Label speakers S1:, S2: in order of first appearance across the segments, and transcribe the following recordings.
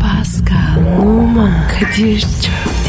S1: Pascal, Oman, Kadir çok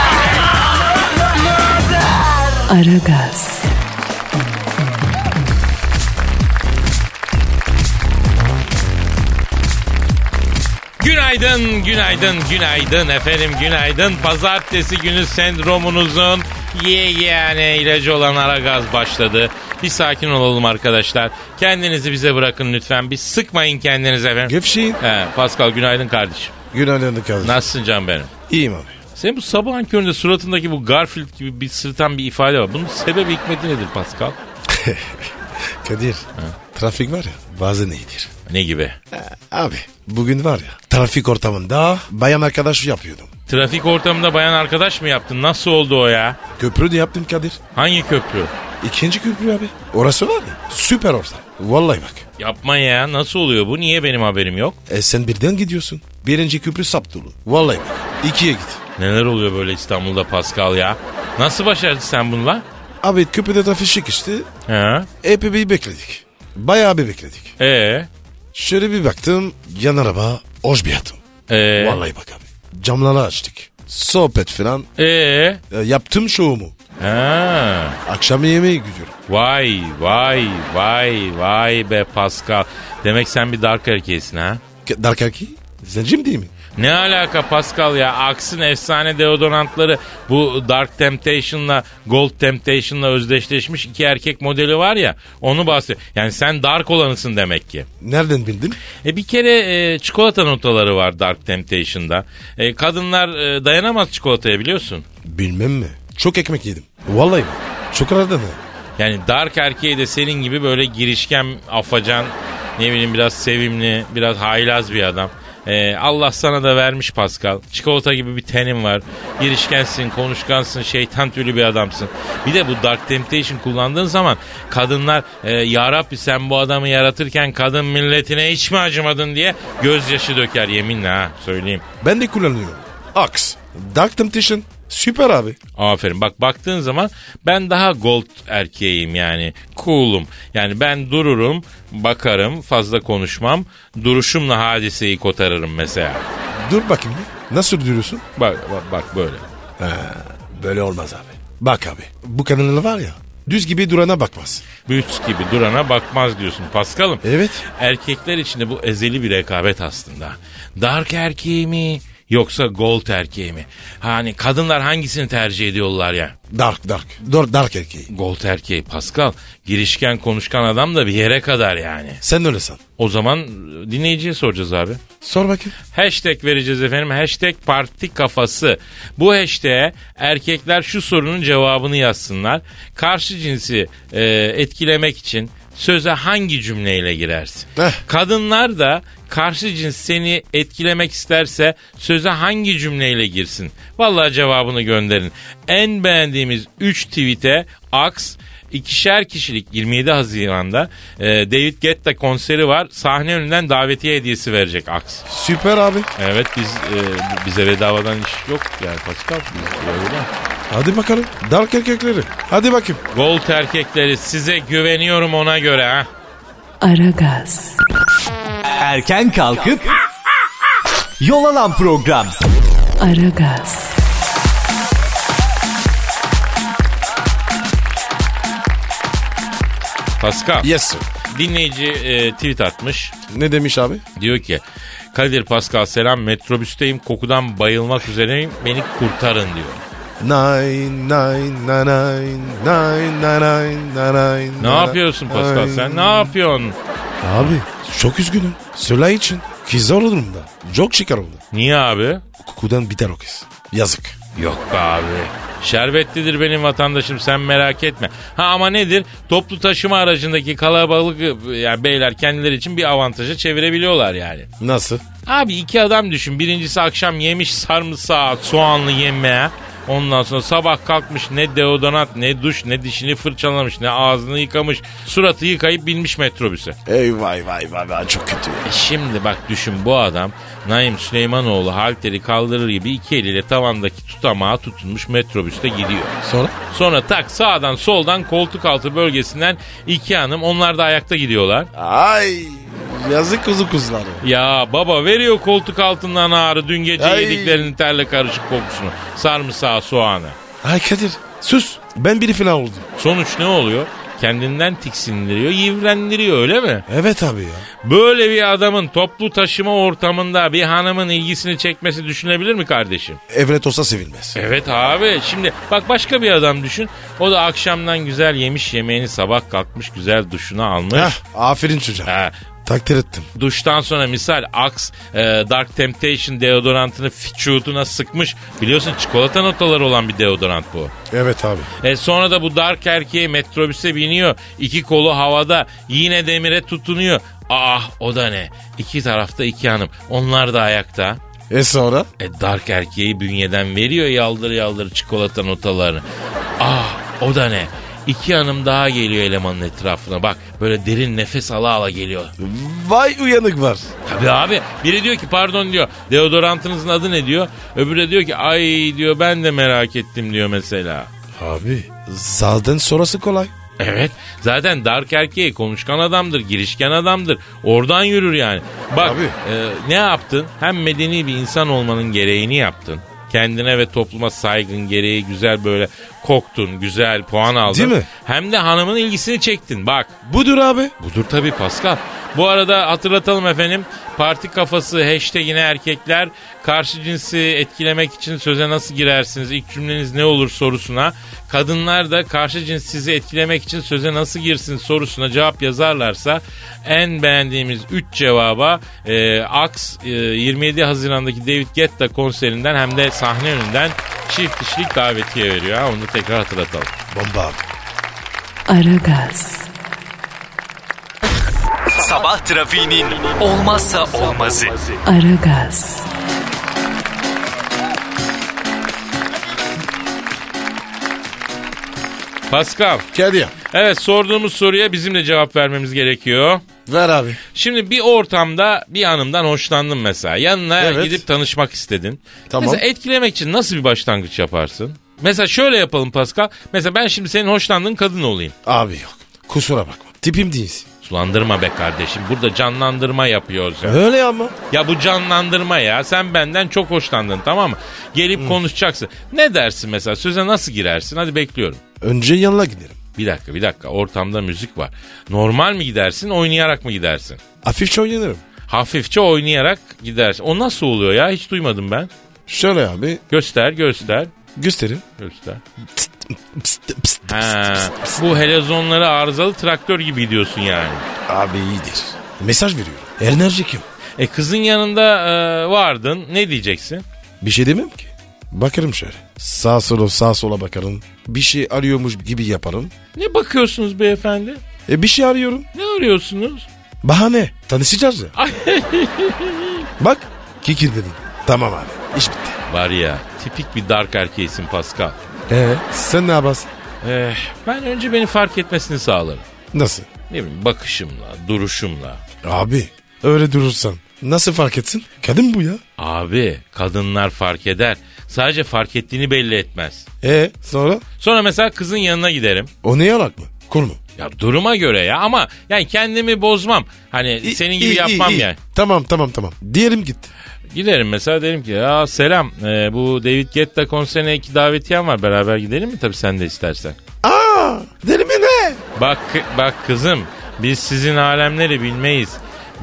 S1: Aragaz,
S2: Günaydın, günaydın, günaydın efendim, günaydın. Pazartesi günü sendromunuzun ye yani ilacı olan ara gaz başladı. Bir sakin olalım arkadaşlar. Kendinizi bize bırakın lütfen. Bir sıkmayın kendinizi efendim.
S3: Gevşeyin.
S2: He, Pascal günaydın kardeşim.
S3: Günaydın kardeşim.
S2: Nasılsın canım benim?
S3: İyiyim abi.
S2: Senin bu sabahın köründe suratındaki bu Garfield gibi bir sırtan bir ifade var. Bunun sebebi hikmeti nedir Pascal?
S3: Kadir. Trafik var ya bazen iyidir.
S2: Ne gibi?
S3: Abi bugün var ya trafik ortamında bayan arkadaş yapıyordum.
S2: Trafik ortamında bayan arkadaş mı yaptın? Nasıl oldu o ya?
S3: Köprü de yaptım Kadir.
S2: Hangi köprü?
S3: İkinci köprü abi. Orası var ya süper ortam. Vallahi bak.
S2: Yapma ya nasıl oluyor bu? Niye benim haberim yok?
S3: E sen birden gidiyorsun. Birinci köprü sap dolu. Vallahi bak. İkiye git.
S2: Neler oluyor böyle İstanbul'da Pascal ya? Nasıl başardın sen bununla?
S3: Abi köprüde trafik çıkıştı.
S2: He?
S3: Epey bir bekledik. Bayağı bir bekledik.
S2: Ee?
S3: Şöyle bir baktım yan araba hoş bir adam.
S2: Ee?
S3: Vallahi bak abi. Camları açtık. Sohbet falan.
S2: Ee?
S3: E, yaptım şovumu.
S2: Ha.
S3: Akşam yemeğe gidiyorum.
S2: Vay vay vay vay be Pascal. Demek sen bir dark erkeğisin ha?
S3: K- Dark erkeği? Zencim değil mi?
S2: Ne alaka Pascal ya? Aksın efsane deodorantları bu Dark Temptation'la Gold Temptation'la özdeşleşmiş iki erkek modeli var ya. Onu bahsediyor. Yani sen dark olanısın demek ki.
S3: Nereden bildin?
S2: E bir kere e, çikolata notaları var Dark Temptation'da. E, kadınlar e, dayanamaz çikolataya biliyorsun.
S3: Bilmem mi? Çok ekmek yedim. Vallahi bak. Çok arada ne?
S2: Yani dark erkeğe de senin gibi böyle girişken, afacan, ne bileyim biraz sevimli, biraz haylaz bir adam. E, Allah sana da vermiş Pascal. Çikolata gibi bir tenin var. Girişkensin, konuşkansın, şeytan tüylü bir adamsın. Bir de bu Dark Temptation kullandığın zaman kadınlar e, ya Rabbi sen bu adamı yaratırken kadın milletine hiç mi acımadın diye gözyaşı döker yeminle ha söyleyeyim.
S3: Ben de kullanıyorum. Aks. Dark Temptation. Süper abi.
S2: Aferin. Bak baktığın zaman ben daha gold erkeğim yani. Cool'um. Yani ben dururum, bakarım, fazla konuşmam. Duruşumla hadiseyi kotarırım mesela.
S3: Dur bakayım bir. Nasıl duruyorsun?
S2: Bak bak, bak böyle.
S3: Böyle olmaz abi. Bak abi. Bu kanalın var ya. Düz gibi durana bakmaz.
S2: Büyüt gibi durana bakmaz diyorsun Paskal'ım.
S3: Evet.
S2: Erkekler içinde bu ezeli bir rekabet aslında. Dark erkeği mi yoksa gold erkeği mi? Hani kadınlar hangisini tercih ediyorlar ya?
S3: Dark dark. Dur dark erkeği.
S2: Gold erkeği Pascal. Girişken konuşkan adam da bir yere kadar yani.
S3: Sen de öyle san.
S2: O zaman e, dinleyiciye soracağız abi.
S3: Sor bakayım.
S2: Hashtag vereceğiz efendim. Hashtag parti kafası. Bu hashtag'e erkekler şu sorunun cevabını yazsınlar. Karşı cinsi e, etkilemek için söze hangi cümleyle girersin?
S3: Heh.
S2: Kadınlar da karşı cins seni etkilemek isterse söze hangi cümleyle girsin? Vallahi cevabını gönderin. En beğendiğimiz 3 tweet'e aks ikişer kişilik 27 Haziran'da e, David Guetta konseri var. Sahne önünden davetiye hediyesi verecek aks.
S3: Süper abi.
S2: Evet biz e, bize bedavadan iş yok yani Pascal biz öyle.
S3: Hadi bakalım. Dark erkekleri. Hadi bakayım.
S2: Gold erkekleri size güveniyorum ona göre ha.
S1: Aragaz,
S4: Erken kalkıp yol alan program.
S1: Aragaz,
S2: Pascal
S3: Yes sir.
S2: dinleyici e, tweet atmış.
S3: Ne demiş abi?
S2: Diyor ki Kadir Pascal selam metrobüsteyim kokudan bayılmak üzereyim beni kurtarın diyor.
S3: Nine, nine, nine, nine, nine, nine, nine,
S2: Ne yapıyorsun Pascal sen ne yapıyorsun?
S3: Abi çok üzgünüm. Söyle için. Ki zor durumda. Çok şeker oldu.
S2: Niye abi?
S3: Kokudan biter o kız. Yazık.
S2: Yok be abi. Şerbetlidir benim vatandaşım sen merak etme. Ha ama nedir? Toplu taşıma e, aracındaki kalabalık yani beyler kendileri için bir avantaja çevirebiliyorlar yani.
S3: Nasıl?
S2: Abi iki adam düşün. Birincisi akşam yemiş sarımsağı, soğanlı yemeğe. Ondan sonra sabah kalkmış ne deodorant, ne duş, ne dişini fırçalamış, ne ağzını yıkamış. Suratı yıkayıp binmiş metrobüse.
S3: Ey vay vay vay vay çok kötü. ya.
S2: E Şimdi bak düşün bu adam Naim Süleymanoğlu halteri kaldırır gibi iki eliyle tavandaki tutamağa tutunmuş metrobüste gidiyor.
S3: Sonra?
S2: Sonra tak sağdan soldan koltuk altı bölgesinden iki hanım onlar da ayakta gidiyorlar.
S3: Ay yazık kuzu kuzular. ya.
S2: Ya baba veriyor koltuk altından ağrı dün gece
S3: Ay.
S2: yediklerinin terle karışık kokusunu. Sarımsağı soğanı.
S3: Ay Kadir sus ben biri falan oldum.
S2: Sonuç ne oluyor? Kendinden tiksindiriyor, yivlendiriyor öyle mi?
S3: Evet abi ya.
S2: Böyle bir adamın toplu taşıma ortamında bir hanımın ilgisini çekmesi düşünebilir mi kardeşim?
S3: Evret olsa sevilmez.
S2: Evet abi şimdi bak başka bir adam düşün. O da akşamdan güzel yemiş yemeğini sabah kalkmış güzel duşunu almış.
S3: Heh, aferin çocuğa.
S2: Ha,
S3: Takdir ettim.
S2: duştan sonra misal Axe e, Dark Temptation deodorantını fiçutuna sıkmış. Biliyorsun çikolata notaları olan bir deodorant bu.
S3: Evet abi.
S2: E, sonra da bu dark erkeği metrobüse biniyor. iki kolu havada yine demire tutunuyor. Ah o da ne? İki tarafta iki hanım. Onlar da ayakta.
S3: E sonra?
S2: E, dark erkeği bünyeden veriyor yaldır yaldır çikolata notalarını. Ah o da ne? İki hanım daha geliyor elemanın etrafına. Bak böyle derin nefes ala ala geliyor.
S3: Vay uyanık var.
S2: Tabii abi. Biri diyor ki pardon diyor. Deodorantınızın adı ne diyor. Öbürü de diyor ki ay diyor ben de merak ettim diyor mesela.
S3: Abi zaten sonrası kolay.
S2: Evet. Zaten dark erkeği konuşkan adamdır, girişken adamdır. Oradan yürür yani. Bak
S3: Abi.
S2: e, ne yaptın? Hem medeni bir insan olmanın gereğini yaptın. Kendine ve topluma saygın gereği güzel böyle koktun, güzel puan aldın.
S3: Değil mi?
S2: Hem de hanımın ilgisini çektin. Bak
S3: Budur abi.
S2: Budur tabii Pascal. Bu arada hatırlatalım efendim. Parti kafası hashtagine erkekler karşı cinsi etkilemek için söze nasıl girersiniz? İlk cümleniz ne olur sorusuna. Kadınlar da karşı cins sizi etkilemek için söze nasıl girsin sorusuna cevap yazarlarsa en beğendiğimiz 3 cevaba e, Aks e, 27 Haziran'daki David Guetta konserinden hem de sahne önünden çift kişilik davetiye veriyor. Ha, onu tekrar hatırlatalım.
S3: Bomba abi.
S1: Aragaz,
S4: Sabah trafiğinin olmazsa olmazı.
S1: Aragaz,
S2: Pascal.
S3: Gel ya.
S2: Evet sorduğumuz soruya bizim de cevap vermemiz gerekiyor.
S3: Ver abi.
S2: Şimdi bir ortamda bir hanımdan hoşlandın mesela. Yanına
S3: Evet.
S2: gidip tanışmak istedin.
S3: Tamam.
S2: Mesela etkilemek için nasıl bir başlangıç yaparsın? Mesela şöyle yapalım Pascal. Mesela ben şimdi senin hoşlandığın kadın olayım.
S3: Abi yok. Kusura bakma. Tipim değilsin.
S2: Sulandırma be kardeşim. Burada canlandırma yapıyoruz. Ya.
S3: Öyle ama.
S2: ya bu canlandırma ya. Sen benden çok hoşlandın tamam mı? Gelip konuşacaksın. Ne dersin mesela? Söze nasıl girersin? Hadi bekliyorum.
S3: Önce yanına giderim.
S2: Bir dakika bir dakika. Ortamda müzik var. Normal mi gidersin? Oynayarak mı gidersin?
S3: Hafifçe oynanırım.
S2: Hafifçe oynayarak gidersin. O nasıl oluyor ya? Hiç duymadım ben.
S3: Şöyle abi.
S2: Göster, göster,
S3: Gösterin.
S2: göster.
S3: Pst, pst,
S2: Ha,
S3: pst, pst, pst.
S2: bu helezonları arızalı traktör gibi diyorsun yani.
S3: Abi iyidir. Mesaj veriyorum. Enerji kim?
S2: E kızın yanında e, vardın. Ne diyeceksin?
S3: Bir şey demem ki. Bakarım şöyle. Sağ sola sağ sola bakarım. Bir şey arıyormuş gibi yaparım.
S2: Ne bakıyorsunuz beyefendi?
S3: E bir şey arıyorum.
S2: Ne arıyorsunuz?
S3: Bahane. Tanışacağız ya. Bak. Kikir dedim. Tamam abi. İş bitti.
S2: Var ya tipik bir dark erkeğisin Pascal.
S3: Ee, sen ne yaparsın?
S2: Eh, ben önce beni fark etmesini sağlarım.
S3: Nasıl?
S2: Ne bileyim bakışımla, duruşumla.
S3: Abi öyle durursan nasıl fark etsin? Kadın bu ya.
S2: Abi kadınlar fark eder. Sadece fark ettiğini belli etmez.
S3: E sonra?
S2: Sonra mesela kızın yanına giderim.
S3: O ne yarak mı? Kur mu?
S2: Ya duruma göre ya ama yani kendimi bozmam. Hani
S3: İ-
S2: senin gibi
S3: iyi,
S2: yapmam
S3: iyi, iyi.
S2: yani.
S3: Tamam tamam tamam. Diyelim gitti.
S2: Giderim mesela derim ki ya selam e, bu David Guetta konserine iki davetiyem var beraber gidelim mi? Tabii sen de istersen.
S3: Aa deli mi ne?
S2: Bak kı- bak kızım biz sizin alemleri bilmeyiz.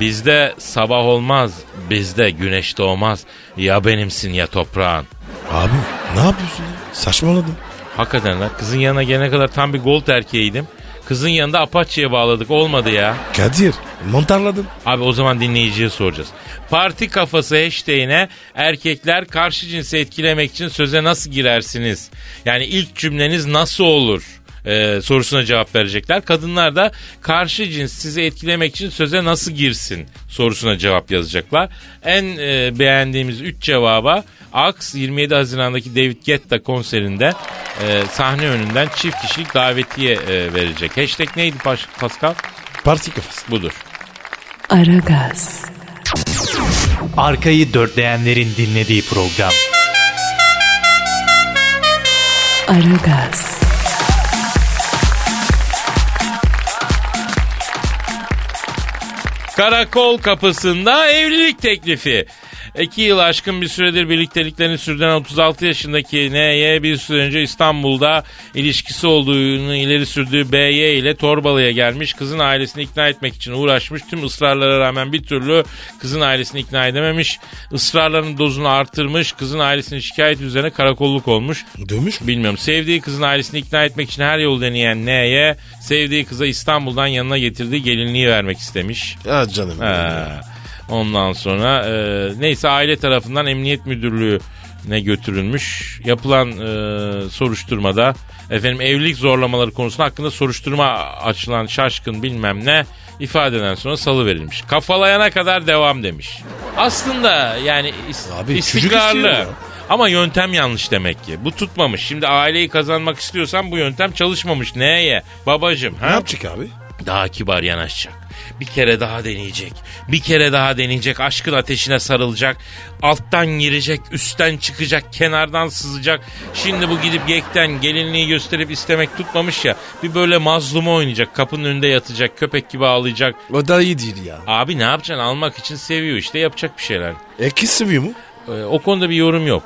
S2: Bizde sabah olmaz, bizde güneş doğmaz. Ya benimsin ya toprağın.
S3: Abi ne yapıyorsun ya? Saçmaladım.
S2: Hakikaten lan kızın yanına gelene kadar tam bir gold erkeğiydim. Kızın yanında Apache'ye bağladık olmadı ya.
S3: Kadir montarladım.
S2: Abi o zaman dinleyiciye soracağız. Parti kafası hashtag'ine erkekler karşı cinsi etkilemek için söze nasıl girersiniz? Yani ilk cümleniz nasıl olur? Ee, e, sorusuna cevap verecekler. Kadınlar da karşı cins sizi etkilemek için söze nasıl girsin sorusuna cevap yazacaklar. En e, beğendiğimiz 3 cevaba Aks 27 Haziran'daki David Guetta konserinde e, sahne önünden çift kişilik davetiye e, verecek. Hashtag neydi Pas- Pascal?
S3: Parti kafası.
S2: Budur.
S1: Aragaz,
S4: Arkayı dörtleyenlerin dinlediği program.
S1: Aragaz,
S2: Karakol kapısında evlilik teklifi. İki yıl aşkın bir süredir birlikteliklerini sürdüren 36 yaşındaki N'ye bir süre önce İstanbul'da ilişkisi olduğunu ileri sürdüğü B'ye ile Torbalı'ya gelmiş. Kızın ailesini ikna etmek için uğraşmış. Tüm ısrarlara rağmen bir türlü kızın ailesini ikna edememiş. Israrların dozunu artırmış. Kızın ailesinin şikayeti üzerine karakolluk olmuş.
S3: Dövmüş mü?
S2: Bilmiyorum. Sevdiği kızın ailesini ikna etmek için her yol deneyen N'ye sevdiği kıza İstanbul'dan yanına getirdiği gelinliği vermek istemiş.
S3: Ha canım.
S2: Ha. Ondan sonra e, neyse aile tarafından emniyet müdürlüğüne götürülmüş. Yapılan e, soruşturmada efendim evlilik zorlamaları konusunda hakkında soruşturma açılan şaşkın bilmem ne ifadeden sonra salı verilmiş. Kafalayana kadar devam demiş. Aslında yani is-
S3: Abi, çocuk istiyor
S2: istikrarlı.
S3: ya.
S2: Ama yöntem yanlış demek ki. Bu tutmamış. Şimdi aileyi kazanmak istiyorsan bu yöntem çalışmamış. Neye? Babacım.
S3: Ne
S2: Ha?
S3: yapacak abi?
S2: Daha kibar yanaşacak. Bir kere daha deneyecek. Bir kere daha deneyecek. Aşkın ateşine sarılacak. Alttan girecek, üstten çıkacak, kenardan sızacak. Şimdi bu gidip yekten gelinliği gösterip istemek tutmamış ya. Bir böyle mazlumu oynayacak. Kapının önünde yatacak, köpek gibi ağlayacak.
S3: O da iyi değil ya.
S2: Abi ne yapacaksın? Almak için seviyor işte. Yapacak bir şeyler.
S3: E kız seviyor mu?
S2: Ee, o konuda bir yorum yok.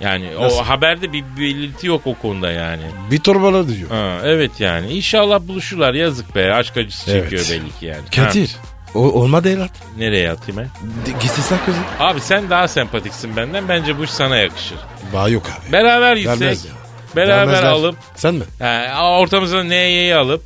S2: Yani
S3: Nasıl?
S2: o haberde bir belirti yok o konuda yani.
S3: Bir torbalar diyor.
S2: Ha, evet yani. İnşallah buluşurlar. Yazık be. Aşk acısı
S3: Evet.
S2: çekiyor belli ki yani. Ha,
S3: Kadir. O, olmadı evlat.
S2: nereye atayım ben?
S3: De- Gitsin sen kızı.
S2: Abi sen daha sempatiksin benden. Bence bu iş sana yakışır.
S3: Bağ yok abi.
S2: Beraber gitsek.
S3: Vermez ya.
S2: Beraber
S3: Vermezler.
S2: alıp
S3: Sen mi?
S2: he, ortamıza NY'yi alıp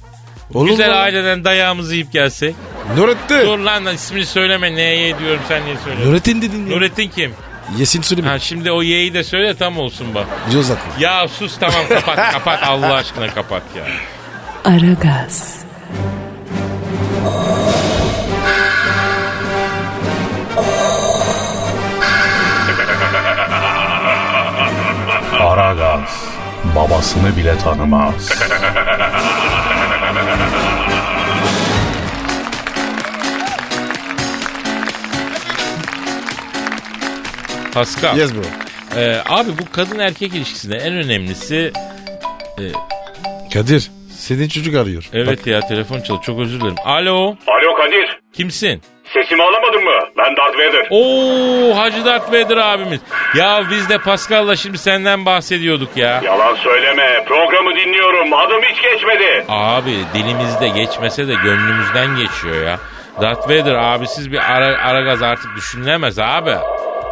S3: Olur
S2: güzel
S3: mu?
S2: aileden dayağımızı yiyip gelsek. Dur
S3: Nurettin.
S2: lan lan ismini söyleme NY diyorum sen niye söylüyorsun?
S3: Nurettin dedin ya.
S2: Nurettin kim?
S3: Yesin söyleme.
S2: Ha, şimdi o Y'yi de söyle tam olsun bak.
S3: Bizi uzatma.
S2: Ya sus tamam kapat kapat Allah aşkına kapat ya.
S1: Aragaz,
S5: Aragaz babasını bile tanımaz.
S2: Pascal.
S3: Yes bro.
S2: e, abi bu kadın erkek ilişkisinde en önemlisi
S3: Kadir. Senin çocuk arıyor.
S2: evet ya telefon çalıyor çok özür dilerim. Alo
S6: Alo Kadir.
S2: kimsin?
S6: Sesimi alamadın mı? Ben Darth Vader.
S2: Oo Hacı Dert Vedir abimiz. Ya biz de Pascal'la şimdi senden bahsediyorduk ya.
S6: Yalan söyleme. Programı dinliyorum. Adım hiç geçmedi.
S2: Abi dilimizde geçmese de gönlümüzden geçiyor ya. Darth Vader abisiz bir ara, ara gaz artık düşünülemez abi.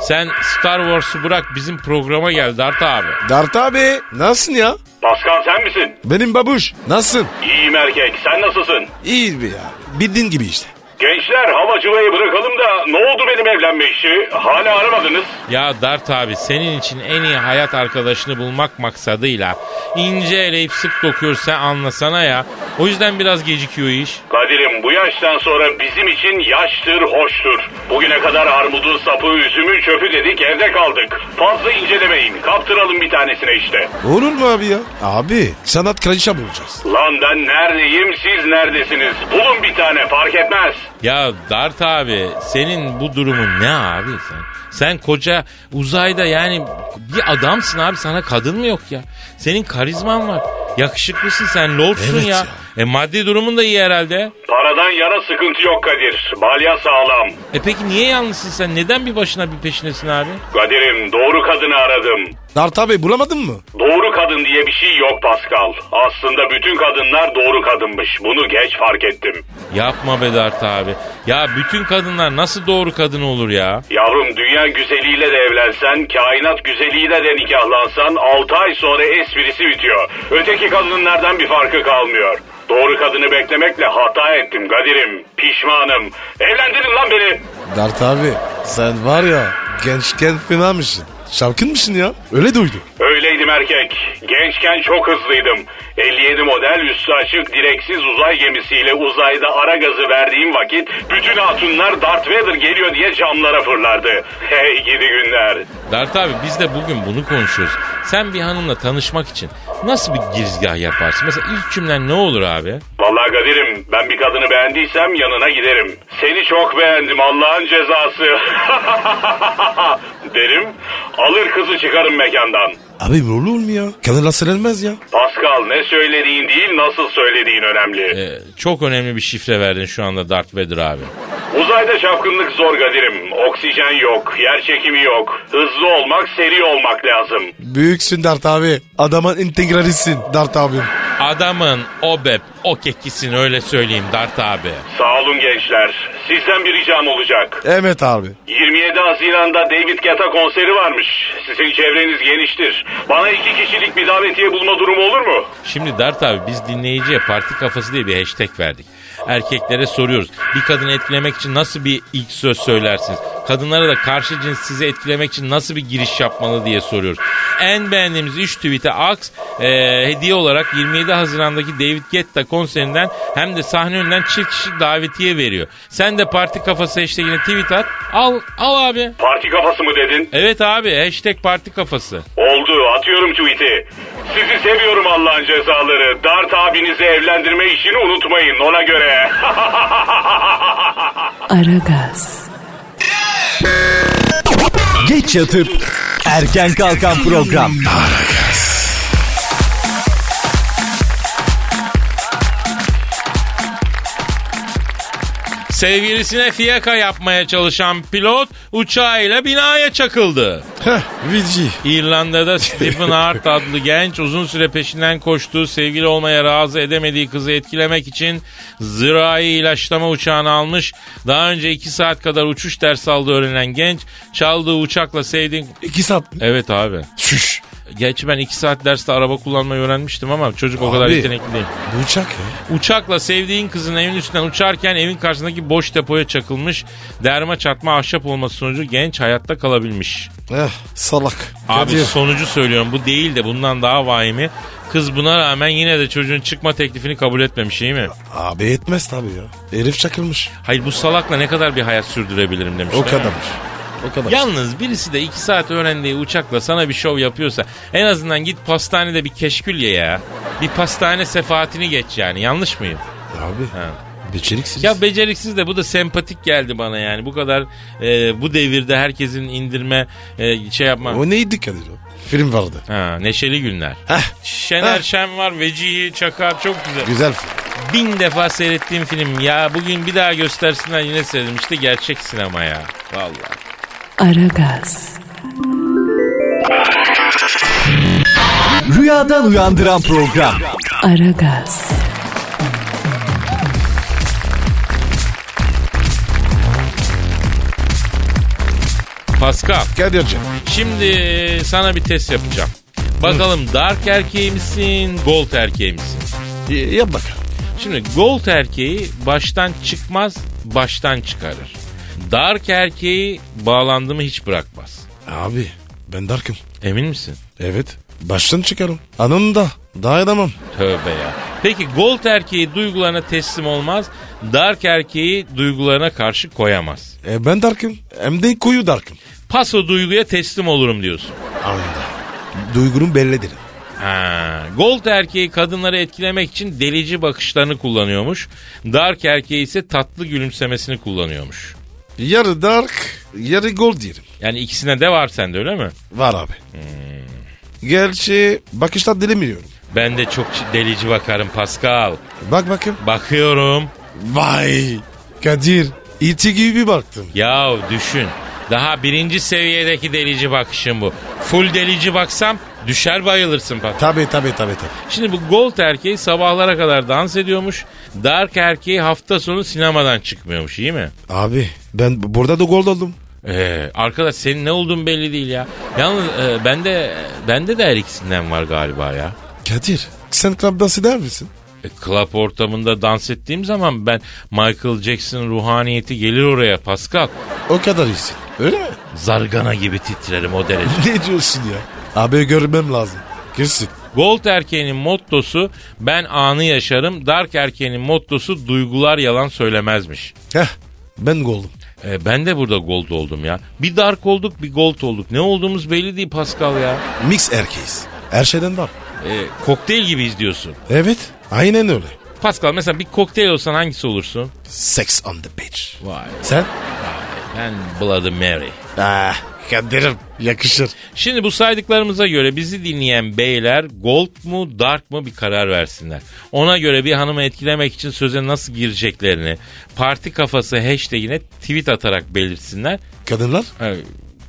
S2: Sen Star Wars'u bırak bizim programa gel Dart abi.
S3: Dart abi. Nasılsın ya?
S6: Pascal sen misin?
S3: Benim babuş. Nasılsın?
S6: İyiyim erkek. Sen nasılsın?
S3: İyi bir ya. Bildiğin gibi işte.
S6: Gençler havacıvayı bırakalım da ne oldu benim evlenme işi? Hala aramadınız.
S2: Ya Dart abi senin için en iyi hayat arkadaşını bulmak maksadıyla ince eleyip sık dokuyor sen anlasana ya. O yüzden biraz gecikiyor iş.
S6: Kadir'im bu yaştan sonra bizim için yaştır, hoştur. Bugüne kadar armudun sapı, üzümün çöpü dedik evde kaldık. Fazla incelemeyin. Kaptıralım bir tanesine işte.
S3: Olur mu abi ya? Abi sanat kraliçe bulacağız.
S6: Lan ben neredeyim siz neredesiniz? Bulun bir tane fark etmez.
S2: Ya Dart abi senin bu durumun ne abi sen? Sen koca uzayda yani bir adamsın abi sana kadın mı yok ya? Senin karizman var. Yakışıklısın sen lordsun
S3: Evet
S2: ya.
S3: ya.
S2: E maddi durumun da iyi herhalde.
S6: Paradan yana sıkıntı yok Kadir. Balya sağlam.
S2: E peki niye yalnızsın sen? Neden bir başına bir peşindesin abi?
S6: Kadir'im doğru kadını aradım.
S3: Dart abi bulamadın mı?
S6: Doğru kadın diye bir şey yok Pascal. Aslında bütün kadınlar doğru kadınmış. Bunu geç fark ettim.
S2: Yapma be Dart abi. Ya bütün kadınlar nasıl doğru kadın olur ya?
S6: Yavrum dünya güzeliyle de evlensen, kainat güzeliyle de nikahlansan 6 ay sonra esprisi bitiyor. Öteki kadınlardan bir farkı kalmıyor. Doğru kadını beklemekle hata ettim Kadir'im. Pişmanım. Evlendirin lan beni.
S3: Dart abi sen var ya gençken fenamışsın. Şalkın mısın ya? Öyle duydum.
S6: Öyleydim Kendim erkek. Gençken çok hızlıydım. 57 model üstü açık direksiz uzay gemisiyle uzayda ara gazı verdiğim vakit bütün hatunlar Darth Vader geliyor diye camlara fırlardı. Hey gidi günler.
S2: Dert abi biz de bugün bunu konuşuyoruz. Sen bir hanımla tanışmak için nasıl bir girizgah yaparsın? Mesela ilk cümlen ne olur abi?
S6: Vallahi Kadir'im ben bir kadını beğendiysem yanına giderim. Seni çok beğendim Allah'ın cezası. Derim alır kızı çıkarım mekandan.
S3: Abi bu olur mu ya? Kadınla söylenmez ya.
S6: Pascal ne söylediğin değil nasıl söylediğin önemli.
S2: Ee, çok önemli bir şifre verdin şu anda Darth Vader abi.
S6: Uzayda şapkınlık zor Kadir'im. Oksijen yok, yer çekimi yok. Hızlı olmak, seri olmak lazım.
S3: Büyüksün Dart abi. Adamın integralisin Dart abim.
S2: Adamın o bep o kekisini öyle söyleyeyim Dart abi.
S6: Sağ olun gençler. Sizden bir ricam olacak.
S3: Evet abi.
S6: 27 Haziran'da David Guetta konseri varmış. Sizin çevreniz geniştir. Bana iki kişilik bir davetiye bulma durumu olur mu?
S2: Şimdi Dert abi biz dinleyiciye parti kafası diye bir hashtag verdik. Erkeklere soruyoruz. Bir kadını etkilemek için nasıl bir ilk söz söylersiniz? Kadınlara da karşı cins sizi etkilemek için nasıl bir giriş yapmalı diye soruyoruz. En beğendiğimiz 3 tweet'e Aks e, hediye olarak 27 Haziran'daki David Guetta konserinden hem de sahne önünden çift kişi davetiye veriyor. Sen de parti kafası hashtagine tweet at. Al, al abi.
S6: Parti kafası mı dedin?
S2: Evet abi hashtag parti kafası.
S6: Oldu. Atıyorum tweet'i. Sizi seviyorum Allah'ın cezaları. Dart abinizi evlendirme işini unutmayın ona göre.
S1: Aragaz,
S7: Geç yatıp erken kalkan program.
S2: Sevgilisine fiyaka yapmaya çalışan pilot uçağıyla binaya çakıldı.
S3: Heh, Vici.
S2: İrlanda'da Stephen Hart adlı genç uzun süre peşinden koştuğu sevgili olmaya razı edemediği kızı etkilemek için zirai ilaçlama uçağını almış. Daha önce 2 saat kadar uçuş dersi aldığı öğrenilen genç çaldığı uçakla sevdiğin...
S3: İki saat.
S2: Evet abi.
S3: Şuş.
S2: Gerçi ben 2 saat derste araba kullanmayı öğrenmiştim ama çocuk o kadar
S3: Abi.
S2: yetenekli değil.
S3: Bu uçak ya.
S2: Uçakla sevdiğin kızın evin üstünden uçarken evin karşısındaki boş depoya çakılmış. Derme çatma ahşap olması sonucu genç hayatta kalabilmiş.
S3: Eh, salak.
S2: Abi
S3: Kadir.
S2: sonucu söylüyorum bu değil de bundan daha vahimi. Kız buna rağmen yine de çocuğun çıkma teklifini kabul etmemiş değil mi?
S3: Abi etmez tabii ya. Herif çakılmış.
S2: Hayır bu salakla ne kadar bir hayat sürdürebilirim demiş.
S3: O
S2: değil mi?
S3: kadar. O kadar.
S2: Yalnız birisi de iki saat öğrendiği uçakla sana bir şov yapıyorsa en azından git pastanede bir keşkül ye ya. Bir pastane sefaatini geç yani yanlış mıyım?
S3: Abi.
S2: Ha.
S3: Beceriksiz.
S2: Ya beceriksiz de bu da sempatik geldi bana yani. Bu kadar e, bu devirde herkesin indirme e, şey yapma.
S3: o neydi Kadir o? Film vardı.
S2: Ha, neşeli günler.
S3: Heh.
S2: Şener
S3: Heh.
S2: Şen var, Vecihi Çakar çok güzel.
S3: Güzel film.
S2: Bin defa seyrettiğim film ya. Bugün bir daha göstersinler yine seyredim. İşte gerçek sinema ya. Vallahi.
S1: Aragaz,
S7: Rüyadan uyandıran program.
S1: Aragaz,
S2: Pascal,
S3: Kadir'cim.
S2: şimdi sana bir test yapacağım. Bakalım dark erkeği misin, gold erkeği misin?
S3: y- Yap bakalım.
S2: Şimdi gold erkeği baştan çıkmaz, baştan çıkarır. Dark erkeği bağlandığımı hiç bırakmaz.
S3: Abi ben Dark'ım.
S2: Emin misin?
S3: Evet. Baştan çıkarım. Anında. Daha edemem.
S2: Tövbe ya. Peki gold erkeği duygularına teslim olmaz, dark erkeği duygularına karşı koyamaz.
S3: E, ben Dark'ım. Hem de koyu Dark'ım.
S2: Paso duyguya teslim olurum diyorsun.
S3: Anında. Duygunun bellidir.
S2: Ha, gold erkeği kadınları etkilemek için delici bakışlarını kullanıyormuş. Dark erkeği ise tatlı gülümsemesini kullanıyormuş.
S3: Yarı Dark, yarı Gold diyelim.
S2: Yani ikisine de var sende öyle mi?
S3: Var abi.
S2: Hmm.
S3: Gerçi bakışta dilemiyorum.
S2: Ben de çok delici bakarım Pascal.
S3: Bak bakayım.
S2: Bakıyorum.
S3: Vay. Kadir. İti gibi bir baktın.
S2: Ya düşün. Daha birinci seviyedeki delici bakışım bu. Full delici baksam düşer bayılırsın bak.
S3: Tabi tabi tabi tabi.
S2: Şimdi bu gold erkeği sabahlara kadar dans ediyormuş. Dark erkeği hafta sonu sinemadan çıkmıyormuş iyi mi?
S3: Abi ben bu- burada da Gold oldum.
S2: Ee, arkadaş senin ne olduğun belli değil ya. Yalnız e, bende bende de her ikisinden var galiba ya.
S3: Kadir. Sen club dans eder misin?
S2: E, club ortamında dans ettiğim zaman ben Michael Jackson ruhaniyeti gelir oraya Pascal.
S3: O kadar iyisin. Öyle mi?
S2: Zargana gibi titrerim o derece.
S3: ne diyorsun ya? Abi görmem lazım. Kesin.
S2: Gold erkeğinin mottosu ben anı yaşarım. Dark erkeğinin mottosu duygular yalan söylemezmiş.
S3: Heh ben goldum.
S2: E, ben de burada gold oldum ya. Bir dark olduk bir gold olduk. Ne olduğumuz belli değil Pascal ya.
S3: Mix erkeğiz. Her şeyden var.
S2: E, kokteyl gibiyiz diyorsun.
S3: Evet aynen öyle.
S2: Pascal mesela bir kokteyl olsan hangisi olursun?
S3: Sex on the beach.
S2: Vay.
S3: Sen?
S2: Ben Bloody Mary.
S3: Ah Kadir'im yakışır.
S2: Şimdi bu saydıklarımıza göre bizi dinleyen beyler gold mu dark mı bir karar versinler. Ona göre bir hanımı etkilemek için söze nasıl gireceklerini parti kafası hashtagine tweet atarak belirtsinler.
S3: Kadınlar?
S2: Ee,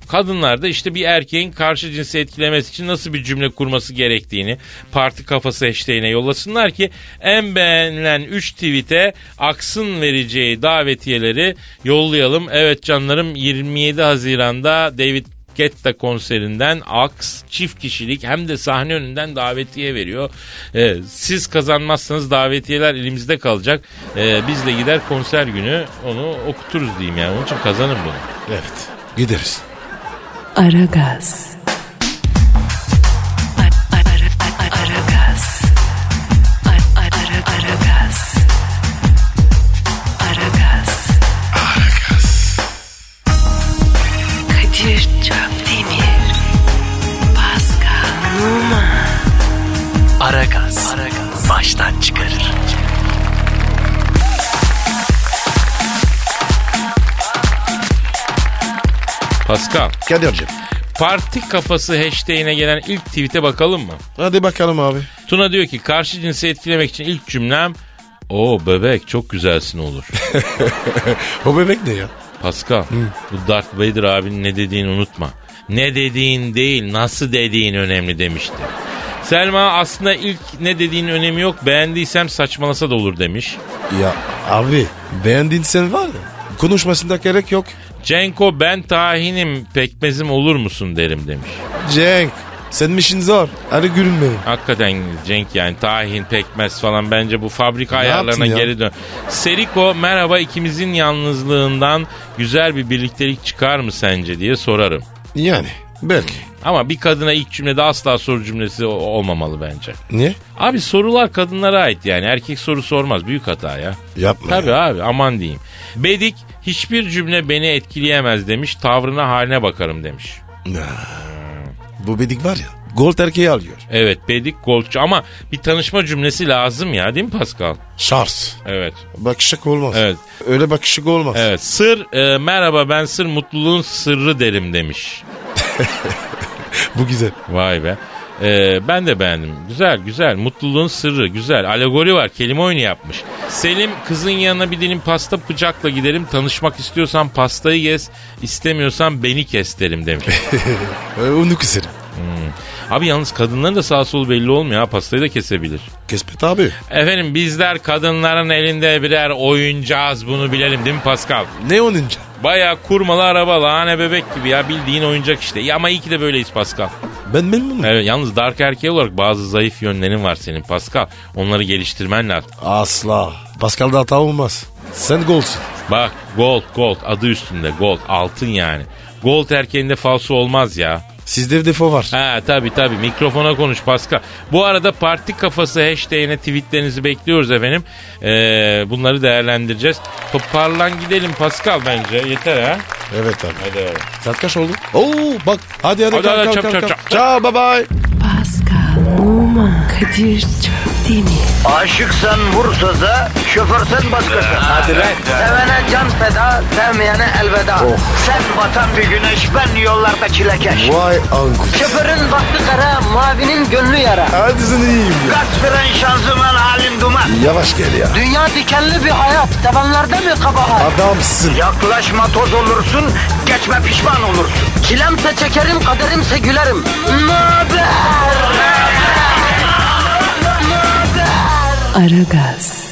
S2: Kadınlar da işte bir erkeğin karşı cinsi etkilemesi için nasıl bir cümle kurması gerektiğini parti kafası hashtagine yollasınlar ki en beğenilen 3 tweet'e aksın vereceği davetiyeleri yollayalım. Evet canlarım 27 Haziran'da David Guetta konserinden Aks çift kişilik hem de sahne önünden davetiye veriyor. Ee, siz kazanmazsanız davetiyeler elimizde kalacak. Ee, biz de gider konser günü onu okuturuz diyeyim yani. Onun için kazanın bunu.
S3: Evet. Gideriz.
S1: Aragaz. Aragaz. Aragaz. Aragaz. Kadir Çöpdemir. Pascal Numa. Aragaz. Baştan çıkarır.
S2: Pascal,
S3: Kadir'cim.
S2: parti kafası hashtagine gelen ilk tweet'e bakalım mı?
S3: Hadi bakalım abi.
S2: Tuna diyor ki karşı cinsi etkilemek için ilk cümlem o bebek çok güzelsin olur.
S3: O bebek ne ya?
S2: Pascal bu Darth Vader abinin ne dediğini unutma. Ne dediğin değil nasıl dediğin önemli demişti. Selma aslında ilk ne dediğin önemi yok beğendiysem saçmalasa da olur demiş.
S3: Ya abi beğendin sen var ya. Konuşmasında gerek yok.
S2: Cenko ben tahinim pekmezim olur musun derim demiş.
S3: Cenk senin işin zor. Hadi gülüm benim.
S2: Hakikaten Cenk yani tahin, pekmez falan bence bu fabrika ayarlarına
S3: yaptın ya?
S2: geri dön. Seriko merhaba ikimizin yalnızlığından güzel bir birliktelik çıkar mı sence diye sorarım.
S3: Yani belki.
S2: Ama bir kadına ilk cümlede asla soru cümlesi o- olmamalı bence.
S3: Niye?
S2: Abi sorular kadınlara ait yani erkek soru sormaz büyük hata ya.
S3: Yapma
S2: Tabii
S3: ya.
S2: abi aman diyeyim. Bedik hiçbir cümle beni etkileyemez demiş tavrına haline bakarım demiş.
S3: Bu bedik var ya. Gold erkeği alıyor.
S2: Evet Bedik golçu ama bir tanışma cümlesi lazım ya değil mi Pascal?
S3: Şars.
S2: Evet.
S3: Bakışık olmaz.
S2: Evet.
S3: Öyle bakışık olmaz.
S2: Evet. Sır e, merhaba ben sır mutluluğun sırrı derim demiş.
S3: Bu güzel.
S2: Vay be. E, ben de beğendim. Güzel güzel. Mutluluğun sırrı güzel. Alegori var. Kelime oyunu yapmış. Selim kızın yanına bir dilim pasta bıçakla giderim. Tanışmak istiyorsan pastayı kes. istemiyorsan beni kes derim demiş.
S3: Ee, onu keserim.
S2: Abi yalnız kadınların da sağ solu belli olmuyor. ha. Pastayı da kesebilir.
S3: Kespet abi.
S2: Efendim bizler kadınların elinde birer oyuncağız bunu bilelim değil mi Pascal?
S3: Ne onunca?
S2: Baya kurmalı araba lahane bebek gibi ya bildiğin oyuncak işte. Ya ama iyi ki de böyleyiz Pascal.
S3: Ben memnunum.
S2: Evet yalnız dark erkeği olarak bazı zayıf yönlerin var senin Pascal. Onları geliştirmen lazım.
S3: Asla. Pascal'da hata olmaz. Sen golsün.
S2: Bak gold gold adı üstünde gold altın yani. Gold erkeğinde falso olmaz ya.
S3: Sizde bir defo var.
S2: Ha tabi tabi mikrofona konuş Pascal. Bu arada parti kafası hashtagine tweetlerinizi bekliyoruz efendim. Ee, bunları değerlendireceğiz. Toparlan gidelim Pascal bence yeter ha.
S3: Evet abi.
S2: Hadi bakalım.
S3: Saat kaç oldu? Oo bak. Hadi hadi,
S2: Hadi,
S3: kalk,
S2: hadi,
S3: kalk,
S2: çap,
S3: kalk,
S2: çap,
S3: kalk.
S2: çap.
S3: Ciao, bye bye.
S1: Pascal, Oman, Kadir çok değil mi?
S8: Aşıksan vursa da, şoförsen başkasın. Hadi Sevene can feda, sevmeyene elveda.
S3: Oh.
S8: Sen batan bir güneş, ben yollarda çilekeş.
S3: Vay anku.
S8: Şoförün baktı kara, mavinin gönlü yara.
S3: Hadi sen iyiyim ya.
S8: Kasperen şanzıman halin duman.
S3: Yavaş gel ya.
S8: Dünya dikenli bir hayat, sevenlerde mi kabahar?
S3: Adamsın.
S8: Yaklaşma toz olursun, geçme pişman olursun. Çilemse çekerim, kaderimse gülerim. Möber!
S1: Aragaz.